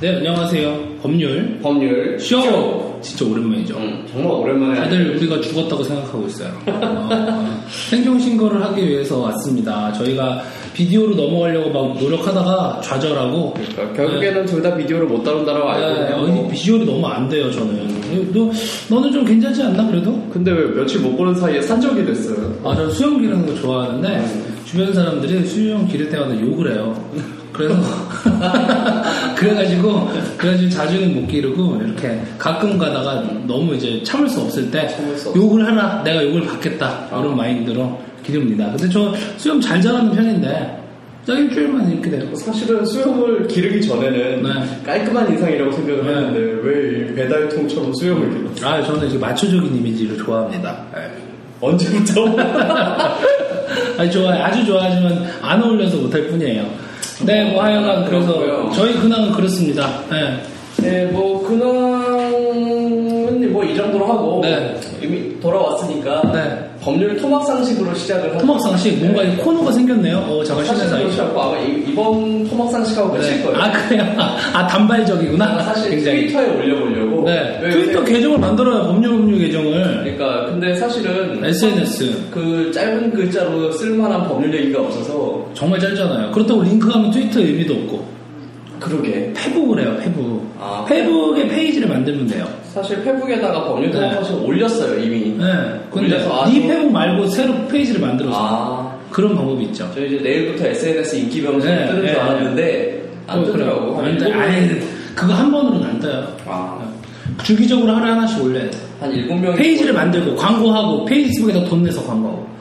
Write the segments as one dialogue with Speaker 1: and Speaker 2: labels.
Speaker 1: 네, 안녕하세요. 법률
Speaker 2: 법률
Speaker 1: 쇼! 진짜 오랜만이죠.
Speaker 2: 음, 정말 오랜만에
Speaker 1: 다들 우리가 죽었다고 생각하고 있어요. 어, 생존신고를 하기 위해서 왔습니다. 저희가 비디오로 넘어가려고 막 노력하다가 좌절하고
Speaker 2: 그러니까 결국에는 둘 다 비디오를 못 다룬다라고 알고
Speaker 1: 네,
Speaker 2: 있네요.
Speaker 1: 어, 비주얼이 너무 안 돼요, 저는. 너, 너는 좀 괜찮지 않나, 그래도?
Speaker 2: 근데 왜 며칠 못 보는 사이에 산적이 됐어요
Speaker 1: 아, 저는 수영기라는 거
Speaker 2: 네.
Speaker 1: 좋아하는데 주변 사람들이 수영 기를 때마다 욕을 해요. 그래서 그래가지고 그래가지고 자주는 못 기르고 이렇게 가끔 가다가 너무 이제 참을 수 없을 때
Speaker 2: 참을 수 없어. 아.
Speaker 1: 욕을 하라 내가 욕을 받겠다 이런 마인드로 기릅니다. 근데 저 수영 잘 잘하는 편인데 딱 일주일만 이렇게 돼요.
Speaker 2: 사실은 수염을 기르기 전에는
Speaker 1: 네.
Speaker 2: 깔끔한 인상이라고 생각을
Speaker 1: 네.
Speaker 2: 했는데 왜이 배달통처럼 수염을 길렀어
Speaker 1: 아 저는 이제 마초적인 이미지를 좋아합니다. 예.
Speaker 2: 언제부터?
Speaker 1: 아니 좋아 아주 좋아하지만 안 어울려서 못할 뿐이에요. 네, 뭐 하여간 그래서
Speaker 2: 어, 그렇고요.
Speaker 1: 저희 근황은 그렇습니다. 예.
Speaker 2: 네뭐 근황은 뭐 이 정도로 하고
Speaker 1: 네.
Speaker 2: 이미 돌아왔으니까
Speaker 1: 네.
Speaker 2: 법률 토막 상식으로 시작을
Speaker 1: 토막 상식 뭔가 이 코너가 생겼네요. 어 잠깐 쉬는
Speaker 2: 사실
Speaker 1: 사이.
Speaker 2: 그렇지 않고 아마 이- 이번 토막 상식하고
Speaker 1: 네.
Speaker 2: 며칠 거예요
Speaker 1: 아 그래요? 아 단발적이구나.
Speaker 2: 아, 사실 트위터에 올려보려고.
Speaker 1: 네.
Speaker 2: 왜
Speaker 1: 트위터
Speaker 2: 요새-
Speaker 1: 계정을 만들어요. 법률 법률 계정을.
Speaker 2: 그러니까 근데 사실은
Speaker 1: SNS
Speaker 2: 그 짧은 글자로 쓸만한 법률 얘기가 없어서
Speaker 1: 정말 짧잖아요. 그렇다고 링크하면 트위터 의미도 없고
Speaker 2: 그러게.
Speaker 1: 페북을 해요. 페북.
Speaker 2: 아.
Speaker 1: 페북에 페이지를 만들면 돼요.
Speaker 2: 사실 페북에다가 법률
Speaker 1: 네.
Speaker 2: 통합하셔 올렸어요 이미.
Speaker 1: 네. 근데
Speaker 2: 올려서 아주-
Speaker 1: 이 페북 말고 새로 페이지를 만들어서
Speaker 2: 아,
Speaker 1: 그런 방법이 있죠.
Speaker 2: 저 이제 내일부터 SNS 인기 병정
Speaker 1: 네,
Speaker 2: 뜨는
Speaker 1: 네.
Speaker 2: 줄 알았는데 안
Speaker 1: 어,
Speaker 2: 뜨더라고.
Speaker 1: 그래요. 안 뜨-
Speaker 2: 일곱
Speaker 1: 아니,
Speaker 2: 명이-
Speaker 1: 그거 한 번으로는 안 떠요.
Speaker 2: 아,
Speaker 1: 주기적으로 하루에 하나씩 올려야 돼.
Speaker 2: 한 일곱 뭐- 명
Speaker 1: 네. 페이지를 만들고 광고하고 페이스북에다 돈 내서 광고하고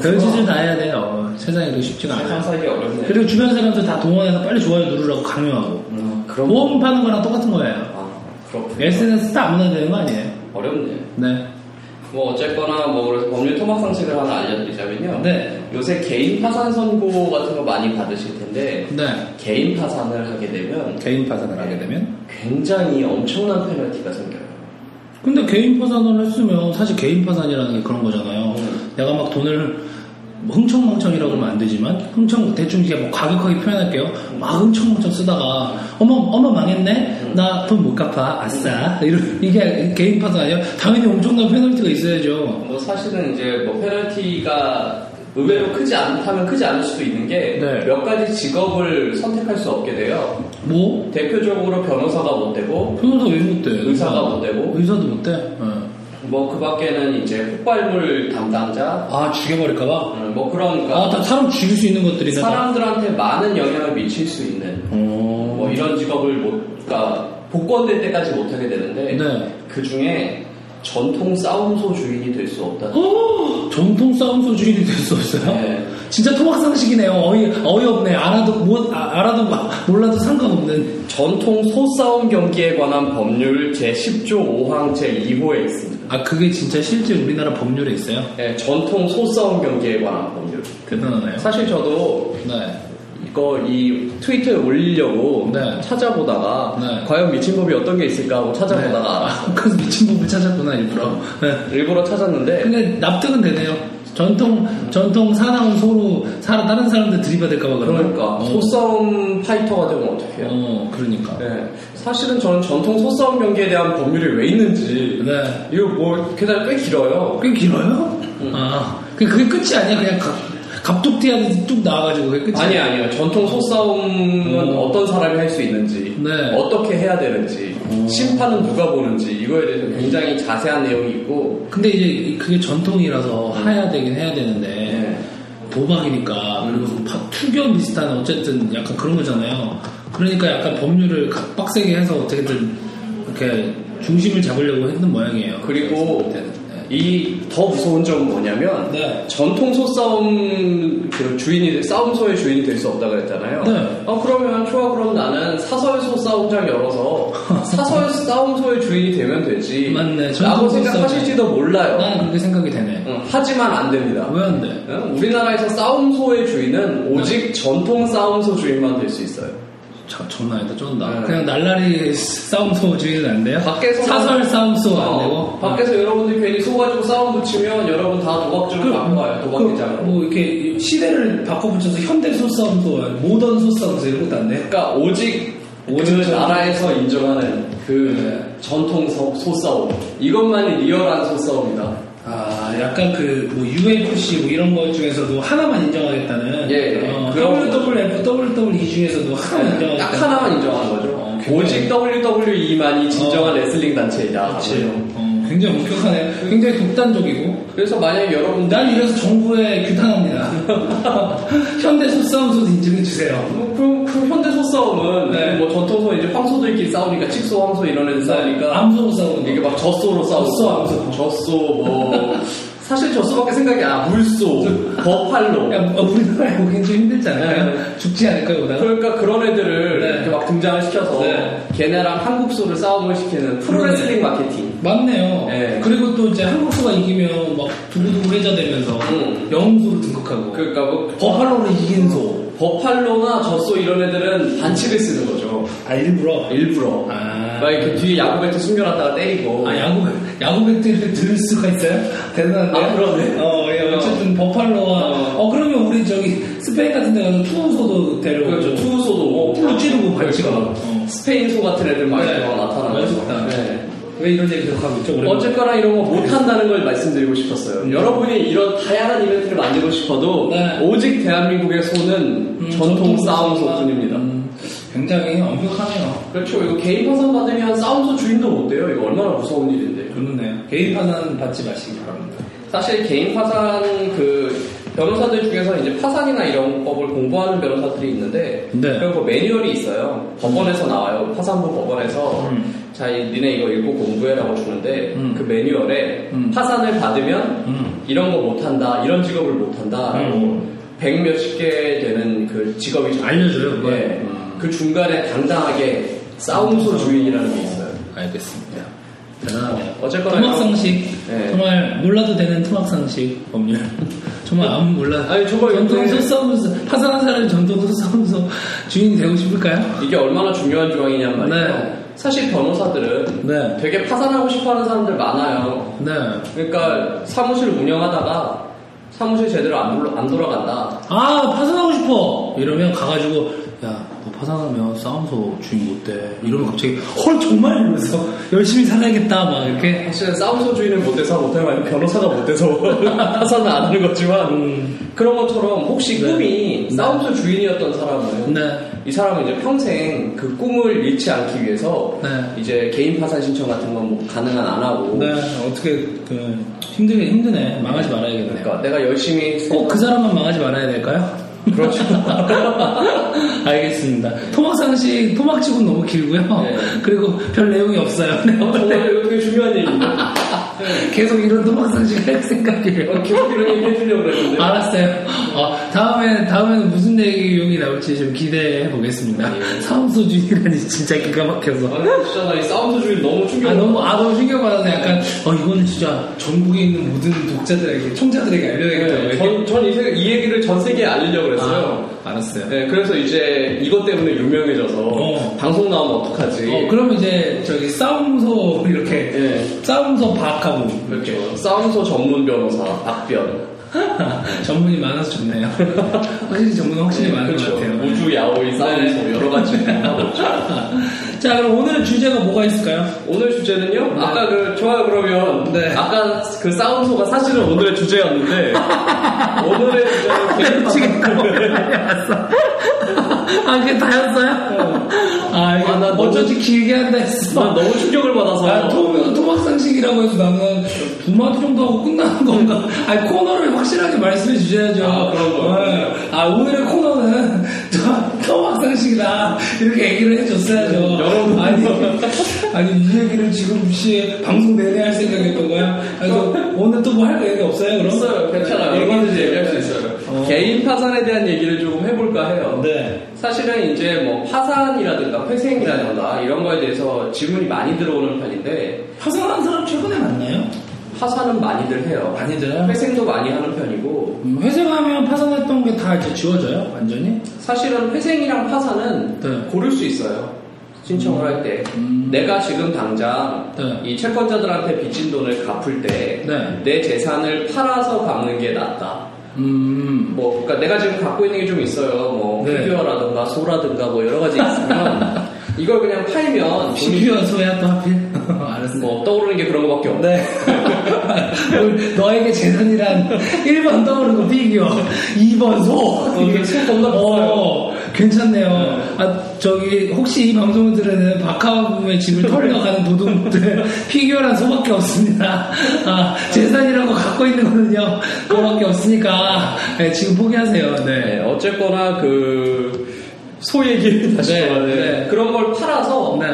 Speaker 1: 별짓을
Speaker 2: 그렇구나.
Speaker 1: 다 해야 돼요. 세상에 그 쉽지가
Speaker 2: 아, 세상
Speaker 1: 않아요.
Speaker 2: 살기 어렵네.
Speaker 1: 그리고 주변 사람들 다 동원해서 빨리 좋아요 누르라고 강요하고
Speaker 2: 음, 그런 거.
Speaker 1: 보험 파는 거랑 똑같은 거예요.
Speaker 2: 아, 그렇군.
Speaker 1: SNS 다 아무나 되는 거 아니에요?
Speaker 2: 어렵네.
Speaker 1: 네.
Speaker 2: 뭐 어쨌거나 뭐 그래서 법률 토막 상식을 하나 알려드리자면요.
Speaker 1: 네.
Speaker 2: 요새 개인 파산 선고 같은 거 많이 받으실 텐데
Speaker 1: 네.
Speaker 2: 개인 파산을 하게 되면
Speaker 1: 개인 파산을 하게 되면?
Speaker 2: 굉장히 엄청난 페널티가 생겨요.
Speaker 1: 근데 개인 파산을 했으면 사실 개인 파산이라는 게 그런 거잖아요. 내가 막 돈을 뭐 흥청망청이라고 그러면 안 되지만 흥청 대충 이제 뭐 과격하게 표현할게요. 막 흥청망청 쓰다가 어머 어머 망했네. 나 돈 못 갚아. 아싸. 이런 이게 개인 파산 아니에요? 당연히 엄청난 페널티가 있어야죠.
Speaker 2: 뭐 사실은 이제 뭐 페널티가 의외로 크지 않다면 크지 않을 수도 있는 게
Speaker 1: 네.
Speaker 2: 몇 가지 직업을 선택할 수 없게 돼요.
Speaker 1: 뭐?
Speaker 2: 대표적으로 변호사가 못 되고
Speaker 1: 변호사 왜못 돼?
Speaker 2: 의사가 못 되고
Speaker 1: 의사도 못 돼? 예.
Speaker 2: 뭐 그 밖에는 이제 폭발물 담당자
Speaker 1: 아 죽여버릴까 봐.
Speaker 2: 음, 뭐 그런
Speaker 1: 아, 다 사람 죽일 수 있는 것들이네. 다.
Speaker 2: 사람들한테 많은 영향을 미칠 수 있는
Speaker 1: 어.
Speaker 2: 뭐 이런 직업을 못, 그러니까 복권될 때까지 못하게 되는데
Speaker 1: 네.
Speaker 2: 그 중에 전통 싸움소 주인이 될 수 없다.
Speaker 1: 어? 오, 전통 싸움소 주인이 될 수 없어요?
Speaker 2: 네.
Speaker 1: 진짜 토막상식이네요. 어이, 어이없네. 알아도, 못, 아, 알아도, 마- 몰라도 상관없는.
Speaker 2: 전통 소싸움 경기에 관한 법률 제10조 5항 제2호에 있습니다.
Speaker 1: 아, 그게 진짜 실제 우리나라 법률에 있어요?
Speaker 2: 네, 전통 소싸움 경기에 관한 법률.
Speaker 1: 대단하네요.
Speaker 2: 사실 저도
Speaker 1: 네.
Speaker 2: 이거 이 트위터에 올리려고
Speaker 1: 네.
Speaker 2: 찾아보다가
Speaker 1: 네.
Speaker 2: 과연 미친 법이 어떤 게 있을까 하고 찾아보다가 알았어요.
Speaker 1: 아, 그래서 미친 법을 찾았구나, 일부러. 네.
Speaker 2: 일부러 찾았는데
Speaker 1: 근데 납득은 되네요. 전통, 전통 사나운 소로, 사, 다른 사람들 들이받을까봐 그러나?
Speaker 2: 그러니까
Speaker 1: 어,
Speaker 2: 소싸움 파이터가 되면 어떡해요?
Speaker 1: 어, 그러니까.
Speaker 2: 네, 사실은 저는 전통 소싸움 경기에 대한 법률이 왜 있는지
Speaker 1: 네.
Speaker 2: 이거 뭐 게다가 꽤 길어요.
Speaker 1: 꽤 길어요? 아, 그- 그게 끝이 아니야. 그냥 갑, 갑툭튀 하듯이 뚝 나와가지고 그게 끝이
Speaker 2: 아니 아니요 전통 소싸움은 어떤 사람이 할 수 있는지
Speaker 1: 네.
Speaker 2: 어떻게 해야 되는지 심판은 누가 보는지 이거에 대해서 굉장히 자세한 내용이 있고
Speaker 1: 근데 이제 그게 전통이라서
Speaker 2: 음.
Speaker 1: 해야 되긴 해야 되는데
Speaker 2: 네.
Speaker 1: 도박이니까 그리고
Speaker 2: 음.
Speaker 1: 파- 투견 비슷한 어쨌든 약간 그런 거잖아요. 그러니까 약간 법률을 각- 빡세게 해서 어떻게든 이렇게 중심을 잡으려고 했던 모양이에요.
Speaker 2: 그리고
Speaker 1: 네.
Speaker 2: 이 더 무서운 점은 뭐냐면
Speaker 1: 네.
Speaker 2: 전통 소싸움 그 주인이 싸움소의 주인이 될 수 없다 그랬잖아요.
Speaker 1: 네.
Speaker 2: 어 그러면 좋아 그럼 나는 사설 소싸움장 열어서 사설 싸움소의 주인이 되면 되지.
Speaker 1: 맞네. 전통 네.
Speaker 2: 라고
Speaker 1: 소싸움.
Speaker 2: 생각하실지도 몰라요.
Speaker 1: 나는 그렇게 생각이 되네.
Speaker 2: 응, 하지만 안 됩니다.
Speaker 1: 왜 안 돼?
Speaker 2: 음, 응? 우리나라에서 싸움소의 주인은 오직 전통 싸움소 주인만 될 수 있어요.
Speaker 1: 자, 장난 아니다 쩐다
Speaker 2: 네.
Speaker 1: 그냥 날라리 싸움소 주인은 안 돼요?
Speaker 2: 밖에서
Speaker 1: 사설 싸움소 안
Speaker 2: 어,
Speaker 1: 되고
Speaker 2: 밖에서 여러분들이 괜히 소가지고 싸움 붙이면 여러분 다
Speaker 1: 그,
Speaker 2: 도박주로 갖고 와요 도박기장으로
Speaker 1: 뭐 이렇게 시대를 바꿔붙여서 현대 소싸움소 모던 소싸움소 이런 것도 안 돼요?
Speaker 2: 그러니까 오직
Speaker 1: 오직
Speaker 2: 그
Speaker 1: 전-
Speaker 2: 나라에서 인정하는 그 전통 소- 소싸움 이것만이 리얼한 소싸움이다
Speaker 1: 아, 약간 그, 뭐, UFC 뭐 이런 것 중에서도 하나만 인정하겠다는.
Speaker 2: 예, 예.
Speaker 1: 어,
Speaker 2: 그런
Speaker 1: WWF, WWE E 중에서도 하나만 인정하겠다.
Speaker 2: 네. 딱 하나만 인정하는 거죠
Speaker 1: 어,
Speaker 2: 오직 WWE만이 진정한 레슬링 단체이다
Speaker 1: 그렇지. 어, 굉장히 엄격하네. 굉장히 독단적이고.
Speaker 2: 그래서 만약에 여러분
Speaker 1: 난 이래서 정부에 규탄합니다. 현대 소싸움소도 인증해주세요.
Speaker 2: 뭐, 그럼 그 현대 소싸움은
Speaker 1: 네.
Speaker 2: 뭐 전통소 이제 황소들끼리 싸우니까 칙소 황소 이런 애들 싸우니까
Speaker 1: 네. 암소 싸우는
Speaker 2: 이게 막 젖소로 싸우고
Speaker 1: 젖소, 암소.
Speaker 2: 젖소 뭐 사실 젖소밖에 생각이 안 물소 버팔로
Speaker 1: 야, 뭐, 우리나라에 오긴 좀 힘들지 않아요?
Speaker 2: 네.
Speaker 1: 죽지 않을까요, 보다?
Speaker 2: 그러니까 그런 애들을
Speaker 1: 네.
Speaker 2: 이렇게 막 등장을 시켜서
Speaker 1: 네. 음.
Speaker 2: 걔네랑 한국소를 싸움을 시키는 프로레슬링 마케팅
Speaker 1: 맞네요.
Speaker 2: 예.
Speaker 1: 그리고 또 이제 한국소가 이기면 막 두고두고 회자되면서
Speaker 2: 응.
Speaker 1: 영웅소로 등극하고.
Speaker 2: 음. 그러니까 뭐
Speaker 1: 버팔로로 이긴 소.
Speaker 2: 버팔로나 젖소 이런 애들은 반칙을 쓰는 거죠
Speaker 1: 아, 일부러.
Speaker 2: 일부러
Speaker 1: 아.
Speaker 2: 막 이렇게 뒤에 야구배트 숨겨놨다가 때리고
Speaker 1: 아, 야구, 야구 팩트를 들을 수가 있어요? 대단한데?
Speaker 2: 아, 그러네.
Speaker 1: 어, 예, 어쨌든 버팔로와.
Speaker 2: 어.
Speaker 1: 어. 그러면 우리 저기 스페인 같은 데 가서 투우소도 데려오고.
Speaker 2: 그렇죠. 투우소도
Speaker 1: 어, 풀로 찌르고 발치가. 어.
Speaker 2: 스페인 소 같은 애들 막
Speaker 1: 네.
Speaker 2: 이렇게 어, 나타나면서
Speaker 1: 멋있다.
Speaker 2: 네.
Speaker 1: 왜 이런 얘기 계속 하고 있죠? 오랜만에?
Speaker 2: 어쨌거나 이런 거 못한다는 걸 말씀드리고 싶었어요. 여러분이 이런 다양한 이벤트를 만들고 싶어도
Speaker 1: 네.
Speaker 2: 오직 대한민국의 소는
Speaker 1: 음,
Speaker 2: 전통 싸움
Speaker 1: 소지만,
Speaker 2: 소뿐입니다.
Speaker 1: 음, 굉장히 엄격하네요.
Speaker 2: 그렇죠. 이거 개인 파산 받으면 싸움소 주인도 못 돼요. 이거 얼마나 무서운 일인데.
Speaker 1: 좋네요. 개인 파산 받지 마시기 바랍니다.
Speaker 2: 사실 개인 파산 그 변호사들 중에서 이제 파산이나 이런 법을 공부하는 변호사들이 있는데
Speaker 1: 네.
Speaker 2: 그런 거 매뉴얼이 있어요. 법원에서 나와요. 파산부 법원에서
Speaker 1: 음.
Speaker 2: 자 이- 니네 이거 읽고 공부해라고 주는데
Speaker 1: 음.
Speaker 2: 그 매뉴얼에
Speaker 1: 음.
Speaker 2: 파산을 받으면
Speaker 1: 음.
Speaker 2: 이런 거 못한다, 이런 직업을 못한다라고
Speaker 1: 음.
Speaker 2: 백 몇십 개 되는 그 직업이
Speaker 1: 알려줘요, 그걸?
Speaker 2: 예.
Speaker 1: 음.
Speaker 2: 그 중간에 당당하게 싸움소 주인이라는 게 있어요.
Speaker 1: 알겠습니다. 대단하네요.
Speaker 2: 어쨌거나
Speaker 1: 토막상식.
Speaker 2: 네.
Speaker 1: 정말 몰라도 되는 토막상식 법률. 정말 아무 몰라.
Speaker 2: 아니, 저거
Speaker 1: 전통
Speaker 2: 이렇게-
Speaker 1: 소싸움소 파산한 사람이 전통 소싸움소 주인이 되고 싶을까요?
Speaker 2: 이게 얼마나 중요한 조항이냔 말이에요.
Speaker 1: 네.
Speaker 2: 사실 변호사들은
Speaker 1: 네.
Speaker 2: 되게 파산하고 싶어하는 사람들 많아요.
Speaker 1: 네.
Speaker 2: 그러니까 사무실 운영하다가 사무실 제대로 안, 돌- 안 돌아간다.
Speaker 1: 아 파산하고 싶어 이러면 가가지고 야 너 파산하면 싸움소 주인 못돼 이러면 갑자기 헐 정말 이러면서 열심히 살아야겠다 막 이렇게
Speaker 2: 사실은 싸움소 주인은 못돼서 못하면 변호사가 못돼서 파산을 안 하는 거지만
Speaker 1: 음.
Speaker 2: 그런 것처럼 혹시 꿈이 싸움소 주인이었던 사람은
Speaker 1: 네.
Speaker 2: 이 사람은 이제 평생 그 꿈을 잃지 않기 위해서
Speaker 1: 네.
Speaker 2: 이제 개인 파산 신청 같은 건뭐 가능한 안 하고
Speaker 1: 네 어떻게 그 힘들게 힘드네 망하지 말아야겠네요
Speaker 2: 그러니까 내가 열심히
Speaker 1: 꼭 그 사람만 망하지 말아야 될까요?
Speaker 2: 그렇죠.
Speaker 1: 알겠습니다. 토막상식, 토막집은 너무 길고요.
Speaker 2: 네.
Speaker 1: 그리고 별 내용이 없어요. 네,
Speaker 2: 정말 이거 되게 중요한 얘기인데 네.
Speaker 1: 계속 이런 토막상식 할 생각이에요.
Speaker 2: 어, 계속 이런 얘기 해주려고 그랬는데
Speaker 1: 알았어요. 어, 다음에, 다음에는 무슨 내용이 나올지 좀 기대해
Speaker 2: 네.
Speaker 1: 보겠습니다. 사업소 주인이라니 진짜 기가 막혀서.
Speaker 2: 아니 진짜 나이 싸움소 주인 너무 충격
Speaker 1: 아, 너무, 아, 너무 충격받아서 약간, 어, 이거는 진짜 전국에 있는 모든 독자들에게, 청자들에게 알려야겠다고.
Speaker 2: 네,
Speaker 1: 이렇게.
Speaker 2: 전, 전 이, 세- 이 얘기를 전 세계에 알리려고 그랬어요.
Speaker 1: 아, 알았어요.
Speaker 2: 네, 그래서 이제 이것 때문에 유명해져서
Speaker 1: 어.
Speaker 2: 방송 나오면 어떡하지?
Speaker 1: 어, 그러면 이제 저기 싸움소 이렇게
Speaker 2: 네.
Speaker 1: 싸움소 박하고
Speaker 2: 그렇죠. 싸움소 전문 변호사 박변.
Speaker 1: 전문이 많아서 좋네요. 확실히 전문은 확실히
Speaker 2: 네,
Speaker 1: 많은 것 같아요.
Speaker 2: 그렇죠. 우주 야오이 싸움소
Speaker 1: 네.
Speaker 2: 여러 가지 뭐 하고 있죠.
Speaker 1: 자, 그럼 오늘 주제가 뭐가 있을까요?
Speaker 2: 오늘 주제는요. 아까 그 좋아요 그러면
Speaker 1: 네.
Speaker 2: 아까 그 싸움소가 사실은 오늘의 주제였는데 오늘의 주제는 개인
Speaker 1: 알았어. 아, 그게 다였어요? 아, 이게
Speaker 2: 아, 나 너무-
Speaker 1: 어쩐지 길게 한다 했어.
Speaker 2: 난 너무 충격을 받아서
Speaker 1: 아, 토, 토막상식이라고 해서 나는 두 마디 정도 하고 끝나는 건가? 아니, 코너를 확실하게 말씀해 주셔야죠.
Speaker 2: 아, 그런 거.
Speaker 1: 네. 아, 오늘의 코너는 토- 토막상식이다. 이렇게 얘기를 해줬어야죠.
Speaker 2: 네, 여러분.
Speaker 1: 아니, 아니, 이 얘기를 지금 혹시 방송 내내 할 생각이었던 거야? 그래서 오늘 또 뭐 할 얘기 없어요, 그럼? 네,
Speaker 2: 있어요. 괜찮아요. 얼마든지 얘기할 수 있어요.
Speaker 1: 어.
Speaker 2: 개인 파산에 대한 얘기를 조금 해볼까 해요.
Speaker 1: 네.
Speaker 2: 사실은 이제 뭐 파산이라든가 회생이라든가 이런 거에 대해서 질문이 많이 들어오는 편인데
Speaker 1: 파산한 사람 최근에 만나요?
Speaker 2: 파산은 많이들 해요.
Speaker 1: 많이들 해요?
Speaker 2: 회생도 많이 하는 편이고
Speaker 1: 음, 회생하면 파산했던 게 다 이제 지워져요? 완전히?
Speaker 2: 사실은 회생이랑 파산은
Speaker 1: 네.
Speaker 2: 고를 수 있어요. 신청을 할 때.
Speaker 1: 음.
Speaker 2: 내가 지금 당장
Speaker 1: 네.
Speaker 2: 이 채권자들한테 빚진 돈을 갚을 때
Speaker 1: 네.
Speaker 2: 내 재산을 팔아서 갚는 게 낫다.
Speaker 1: 음.
Speaker 2: 뭐, 그러니까 내가 지금 갖고 있는 게 좀 있어요. 뭐,
Speaker 1: 네.
Speaker 2: 피규어라든가 소라든가 뭐 여러 가지 있으면 이걸 그냥 팔면 돈이
Speaker 1: 피규어 소야 또 하필? 알았어.
Speaker 2: 뭐 떠오르는 게 그런 거밖에 없네.
Speaker 1: 네. 너에게 재산이란 1번 떠오르는 거 피규어, 2번 소.
Speaker 2: 이게 소 겁나
Speaker 1: 어, 괜찮네요. 아, 저기, 혹시 이 방송을 들으는 박하부의 집을 털러
Speaker 2: 네.
Speaker 1: 가는 도둑들 피규어란 소밖에 없습니다. 아,
Speaker 2: 네.
Speaker 1: 재산이라고 갖고 있는 거는요, 그거밖에 없으니까, 네, 지금 포기하세요.
Speaker 2: 네,
Speaker 1: 네.
Speaker 2: 어쨌거나 그 소 얘기 다시
Speaker 1: 네,
Speaker 2: 돌아와요.
Speaker 1: 네.
Speaker 2: 그런 걸 팔아서
Speaker 1: 네.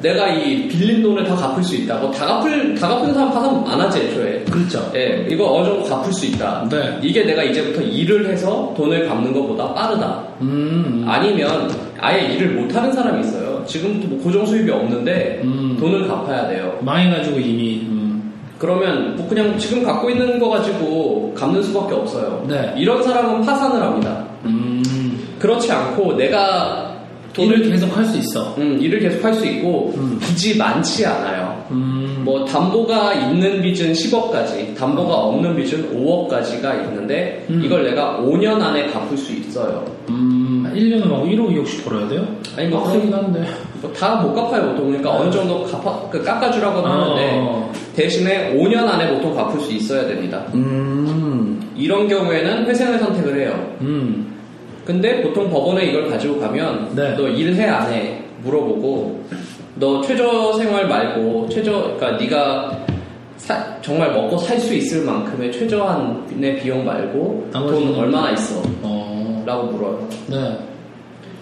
Speaker 2: 내가 이 빌린 돈을 다 갚을 수 있다. 뭐다 갚을 다 갚는 사람 파산 안 하지 애초에.
Speaker 1: 그렇죠.
Speaker 2: 예, 이거 어느 정도 갚을 수 있다.
Speaker 1: 네.
Speaker 2: 이게 내가 이제부터 일을 해서 돈을 갚는 것보다 빠르다.
Speaker 1: 음,
Speaker 2: 아니면 아예 일을 못 하는 사람이 있어요. 지금도 뭐 고정 수입이 없는데
Speaker 1: 음.
Speaker 2: 돈을 갚아야 돼요.
Speaker 1: 망해가지고 이미. 음.
Speaker 2: 그러면 뭐 그냥 지금 갖고 있는 거 가지고 갚는 수밖에 없어요.
Speaker 1: 네.
Speaker 2: 이런 사람은 파산을 합니다.
Speaker 1: 음.
Speaker 2: 그렇지 않고 내가
Speaker 1: 돈을
Speaker 2: 일을,
Speaker 1: 계속 할 수 있어.
Speaker 2: 음, 일을 계속 할 수 있고
Speaker 1: 음.
Speaker 2: 빚이 많지 않아요.
Speaker 1: 음.
Speaker 2: 뭐 담보가 있는 빚은 10억까지, 담보가 없는 빚은 5억까지가 있는데
Speaker 1: 음.
Speaker 2: 이걸 내가 5년 안에 갚을 수 있어요.
Speaker 1: 음, 1년에 막 1억 2억씩 벌어야 돼요?
Speaker 2: 아니 뭐
Speaker 1: 빡세긴 한데.
Speaker 2: 다 못 갚아요 보통 그러니까 어느 정도 갚아, 그 깎아주라고 하는데
Speaker 1: 네. 어.
Speaker 2: 대신에 5년 안에 보통 갚을 수 있어야 됩니다.
Speaker 1: 음,
Speaker 2: 이런 경우에는 회생을 선택을 해요.
Speaker 1: 음,
Speaker 2: 근데 보통 법원에 이걸 가지고 가면
Speaker 1: 네.
Speaker 2: 너 일해 안 해? 물어보고 너 최저 생활 말고 최저 그러니까 네가 사- 정말 먹고 살 수 있을 만큼의 최저한의 비용 말고
Speaker 1: 나머지는
Speaker 2: 돈 얼마나 있어?
Speaker 1: 어,
Speaker 2: 라고 물어요.
Speaker 1: 네,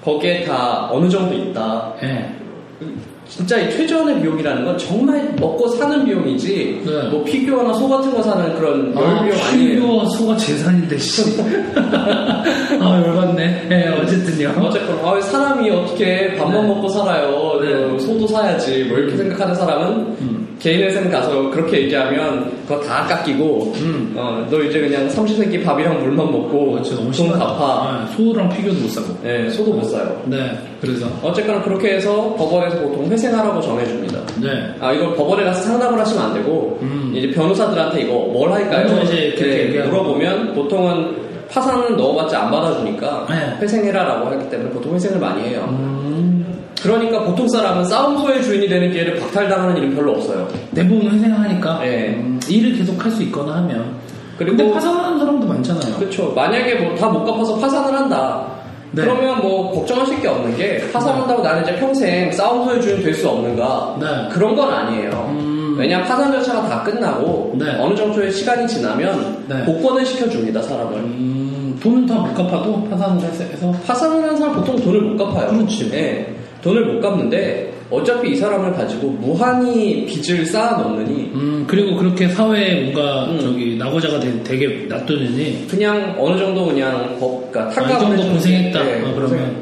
Speaker 2: 거기에 다 어느 정도 있다.
Speaker 1: 예,
Speaker 2: 진짜 이 최저한의 비용이라는 건 정말 먹고 사는 비용이지
Speaker 1: 네.
Speaker 2: 뭐 피규어나 소 같은 거 사는 그런 열 비용
Speaker 1: 아,
Speaker 2: 아니에요.
Speaker 1: 피규어 소가 재산인데, 씨. 아, 열받네. 예, 어쨌든요.
Speaker 2: 어쨌건 아, 사람이 어떻게 밥만
Speaker 1: 네.
Speaker 2: 먹고 살아요. 어,
Speaker 1: 네.
Speaker 2: 소도 사야지. 뭐 이렇게 생각하는 사람은
Speaker 1: 음.
Speaker 2: 개인회생 가서 그렇게 얘기하면 그거 다 깎이고
Speaker 1: 음.
Speaker 2: 어, 너 이제 그냥 삼시세끼 밥이랑 물만 먹고
Speaker 1: 어, 진짜 너무
Speaker 2: 돈
Speaker 1: 심하다.
Speaker 2: 갚아.
Speaker 1: 예, 소랑 피규어도 못 사고.
Speaker 2: 예, 소도 못 사요.
Speaker 1: 네, 그래서,
Speaker 2: 어쨌거나 그렇게 해서 법원에서 보통 회생하라고 정해줍니다.
Speaker 1: 네.
Speaker 2: 아 이걸 법원에 가서 상담을 하시면 안 되고
Speaker 1: 음.
Speaker 2: 이제 변호사들한테 이거 뭘 할까요?
Speaker 1: 먼저 이제 그렇게
Speaker 2: 네,
Speaker 1: 얘기하고.
Speaker 2: 물어보면 보통은 파산은 넣어봤자 안 받아주니까
Speaker 1: 네.
Speaker 2: 회생해라라고 하기 때문에 보통 회생을 많이 해요.
Speaker 1: 음,
Speaker 2: 그러니까 보통 사람은 싸움소의 주인이 되는 기회를 박탈당하는 일은 별로 없어요.
Speaker 1: 대부분 회생하니까,
Speaker 2: 예.
Speaker 1: 음, 일을 계속 할 수 있거나 하면.
Speaker 2: 그리고-
Speaker 1: 근데 파산하는 사람도 많잖아요.
Speaker 2: 그렇죠. 만약에 뭐 다 못 갚아서 파산을 한다.
Speaker 1: 네.
Speaker 2: 그러면 뭐 걱정하실 게 없는 게 파산한다고 나는 이제 평생 싸움소의 주인 될 수 없는가?
Speaker 1: 네.
Speaker 2: 그런 건 아니에요.
Speaker 1: 음.
Speaker 2: 왜냐 파산 절차가 다 끝나고
Speaker 1: 네.
Speaker 2: 어느 정도의 시간이 지나면
Speaker 1: 네.
Speaker 2: 복권을 시켜줍니다 사람을.
Speaker 1: 음, 돈은 다 못 갚아도 파산을 해서- 해서
Speaker 2: 파산을 한 사람 보통 돈을 못 갚아요.
Speaker 1: 그렇지.
Speaker 2: 예. 돈을 못 갚는데 어차피 이 사람을 가지고 무한히 빚을 쌓아놓느니
Speaker 1: 음, 그리고 그렇게 사회에 뭔가
Speaker 2: 음.
Speaker 1: 저기 낙오자가 되, 되게 놔두느니
Speaker 2: 그냥 어느 정도 그냥 법, 그러니까
Speaker 1: 아, 이
Speaker 2: 탁감을
Speaker 1: 정도
Speaker 2: 해주는
Speaker 1: 고생했다.
Speaker 2: 게, 예,
Speaker 1: 아, 그러면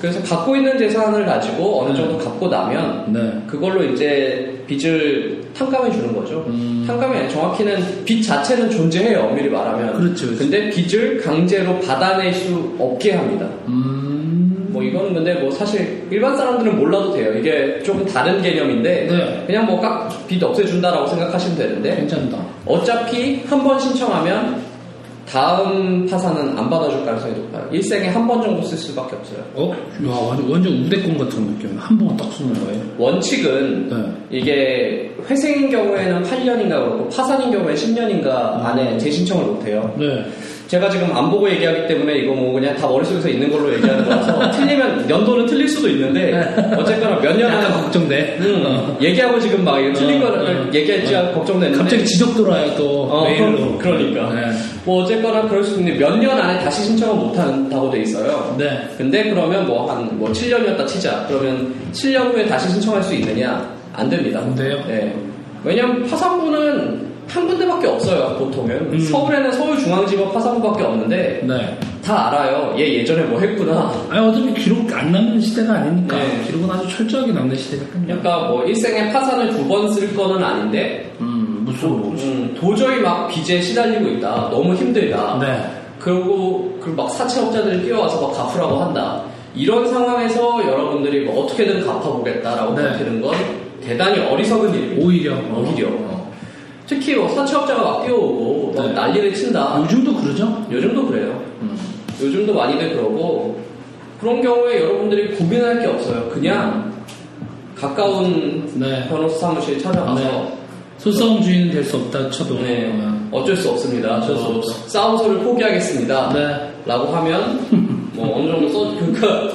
Speaker 2: 그래서 갖고 있는 재산을 가지고 어느
Speaker 1: 네.
Speaker 2: 정도 갚고 나면
Speaker 1: 네.
Speaker 2: 그걸로 이제 빚을 탕감해 주는 거죠.
Speaker 1: 음.
Speaker 2: 탕감이 정확히는 빚 자체는 존재해요. 엄밀히 말하면.
Speaker 1: 그렇죠, 그렇죠.
Speaker 2: 근데 빚을 강제로 받아낼 수 없게 합니다.
Speaker 1: 음,
Speaker 2: 뭐 이거는 근데 뭐 사실 일반 사람들은 몰라도 돼요. 이게 조금 다른 개념인데
Speaker 1: 네.
Speaker 2: 그냥 뭐 깍 빚 없애준다라고 생각하시면 되는데
Speaker 1: 괜찮다.
Speaker 2: 어차피 한 번 신청하면 다음 파산은 안 받아줄 가능성이 높아요. 일생에 한 번 정도 쓸 수밖에 없어요.
Speaker 1: 어, 야, 완전, 완전 우대권 같은 느낌. 한 번에 딱 쓰는 거예요.
Speaker 2: 원칙은
Speaker 1: 네.
Speaker 2: 이게 회생인 경우에는 8년인가 그렇고 파산인 경우에 10년인가
Speaker 1: 음.
Speaker 2: 안에 재신청을 못해요.
Speaker 1: 네.
Speaker 2: 제가 지금 안 보고 얘기하기 때문에 이거 뭐 그냥 다 머릿속에서 있는 걸로 얘기하는 거라서 틀리면 연도는 틀릴 수도 있는데 어쨌거나 몇 년 안에
Speaker 1: 네. 약간 걱정돼.
Speaker 2: 음,
Speaker 1: 어.
Speaker 2: 얘기하고 지금 막 이거 틀린
Speaker 1: 어,
Speaker 2: 거를
Speaker 1: 어.
Speaker 2: 얘기할지 걱정되는데
Speaker 1: 갑자기 지적 돌아요 또
Speaker 2: 어,
Speaker 1: 메일로.
Speaker 2: 그러니까
Speaker 1: 네.
Speaker 2: 뭐 어쨌거나 그럴 수 있는데 몇 년 안에 다시 신청을 못한다고 돼 있어요
Speaker 1: 네.
Speaker 2: 근데 그러면 뭐 한 뭐 7년이었다 치자 그러면 7년 후에 다시 신청할 수 있느냐 안 됩니다
Speaker 1: 안 돼요?
Speaker 2: 네. 왜냐면 파산부는 한 군데밖에 없어요 보통은
Speaker 1: 음.
Speaker 2: 서울에는 서울중앙지법 파산부밖에 없는데
Speaker 1: 네.
Speaker 2: 다 알아요 얘 예전에 뭐 했구나
Speaker 1: 아니, 어차피 기록 안 남는 시대가 아니니까.
Speaker 2: 네.
Speaker 1: 기록은 아주 철저하게 남는 시대니까.
Speaker 2: 그러니까 뭐 일생에 파산을 두 번 쓸 거는 아닌데
Speaker 1: 음, 무슨
Speaker 3: 그렇죠.
Speaker 2: 음, 도저히 막 빚에 시달리고 있다. 너무 힘들다.
Speaker 1: 네.
Speaker 2: 그리고 그리고 막 사채업자들이 뛰어와서 막 갚으라고 한다. 이런 상황에서 여러분들이 뭐 어떻게든 갚아보겠다라고
Speaker 1: 네.
Speaker 2: 밝히는 건 대단히 어리석은 일입니다.
Speaker 1: 오히려
Speaker 2: 오히려. 특히 뭐 사채업자가 막 뛰어오고 막
Speaker 1: 네.
Speaker 2: 난리를 친다.
Speaker 1: 요즘도 그러죠?
Speaker 2: 요즘도 그래요.
Speaker 1: 음.
Speaker 2: 요즘도 많이들 그러고 그런 경우에 여러분들이 고민할 게 없어요. 그냥 가까운
Speaker 1: 네.
Speaker 2: 변호사 사무실 찾아가서
Speaker 1: 네. 소싸움 주인은 될 수 없다 쳐도.
Speaker 2: 네, 어쩔 수 없습니다. 저
Speaker 1: 어쩔 수
Speaker 2: 싸움서를 포기하겠습니다.
Speaker 1: 네.
Speaker 2: 라고 하면 뭐 어느 정도 써 그러니까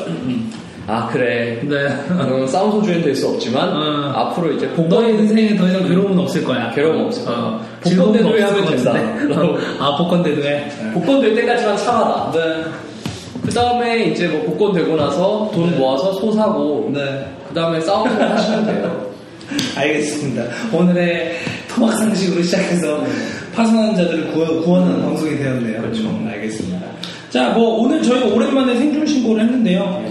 Speaker 2: 아 그래
Speaker 1: 네.
Speaker 2: 그럼 싸움서 주인 될 수 없지만
Speaker 1: 어.
Speaker 2: 앞으로 이제
Speaker 1: 너의
Speaker 2: 복권
Speaker 1: 인생에 더 이상 괴로움은 없을 거야.
Speaker 2: 괴로움은 없을 거야.
Speaker 1: 어,
Speaker 2: 복권
Speaker 1: 즐거움은
Speaker 2: 대도에
Speaker 1: 없을
Speaker 2: 하면
Speaker 1: 것 같은데.
Speaker 2: 된다. 네.
Speaker 1: 어, 아, 복권 대도에.
Speaker 2: 복권 될 때까지만 참아라.
Speaker 1: 네.
Speaker 2: 그 다음에 이제 뭐 복권 되고 나서 돈
Speaker 1: 네.
Speaker 2: 모아서 소 사고
Speaker 3: 네.
Speaker 2: 그 다음에 싸움서 하시면 돼요.
Speaker 3: 알겠습니다. 오늘의 토막 상식으로 시작해서 파손한 자들을 구원, 구원하는 방송이 되었네요. 그렇죠. 알겠습니다.
Speaker 1: 자, 뭐, 오늘 저희가 오랜만에 생존 신고를 했는데요.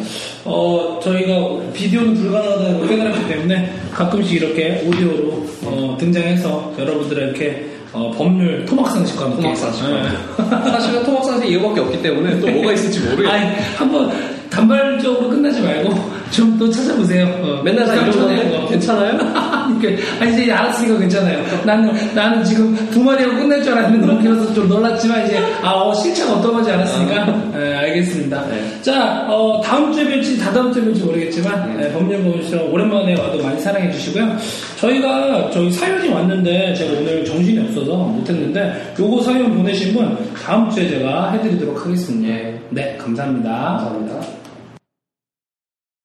Speaker 1: 어, 저희가 비디오는 불가능하다고 깨달았기 때문에 가끔씩 이렇게 오디오로 어, 등장해서 여러분들의 이렇게 어, 법률 토막상식과 함께.
Speaker 2: 토막상식.
Speaker 1: 네.
Speaker 2: 사실은 토막 선생 이거밖에 없기 때문에 또 뭐가 있을지 모르겠어요.
Speaker 1: 아니, 한번 단발적으로 끝나지 말고 좀 또 찾아보세요. 어,
Speaker 2: 맨날 다 이런
Speaker 1: 깜짝이야.
Speaker 2: 거네. 괜찮아요?
Speaker 1: 이렇게 아니 이제 알았으니까 괜찮아요. 나는 나는 지금 두 마리로 끝날 줄 알았는데 너무 길어서 좀 놀랐지만 이제 아 어, 실체가 어떤 건지 알았으니까 예, 알겠습니다.
Speaker 2: 네.
Speaker 1: 자 어, 다음 주에 뵐지 다다음 주에 뵐지 모르겠지만 예, 법률 보험시험 오랜만에 와도 많이 사랑해 주시고요. 저희가 저희 사연이 왔는데 제가 오늘 정신이 없어서 못했는데 요거 사연 보내신 분 다음 네, 주에 제가 해드리도록 하겠습니다.
Speaker 2: 예.
Speaker 1: 네 감사합니다. 감사합니다.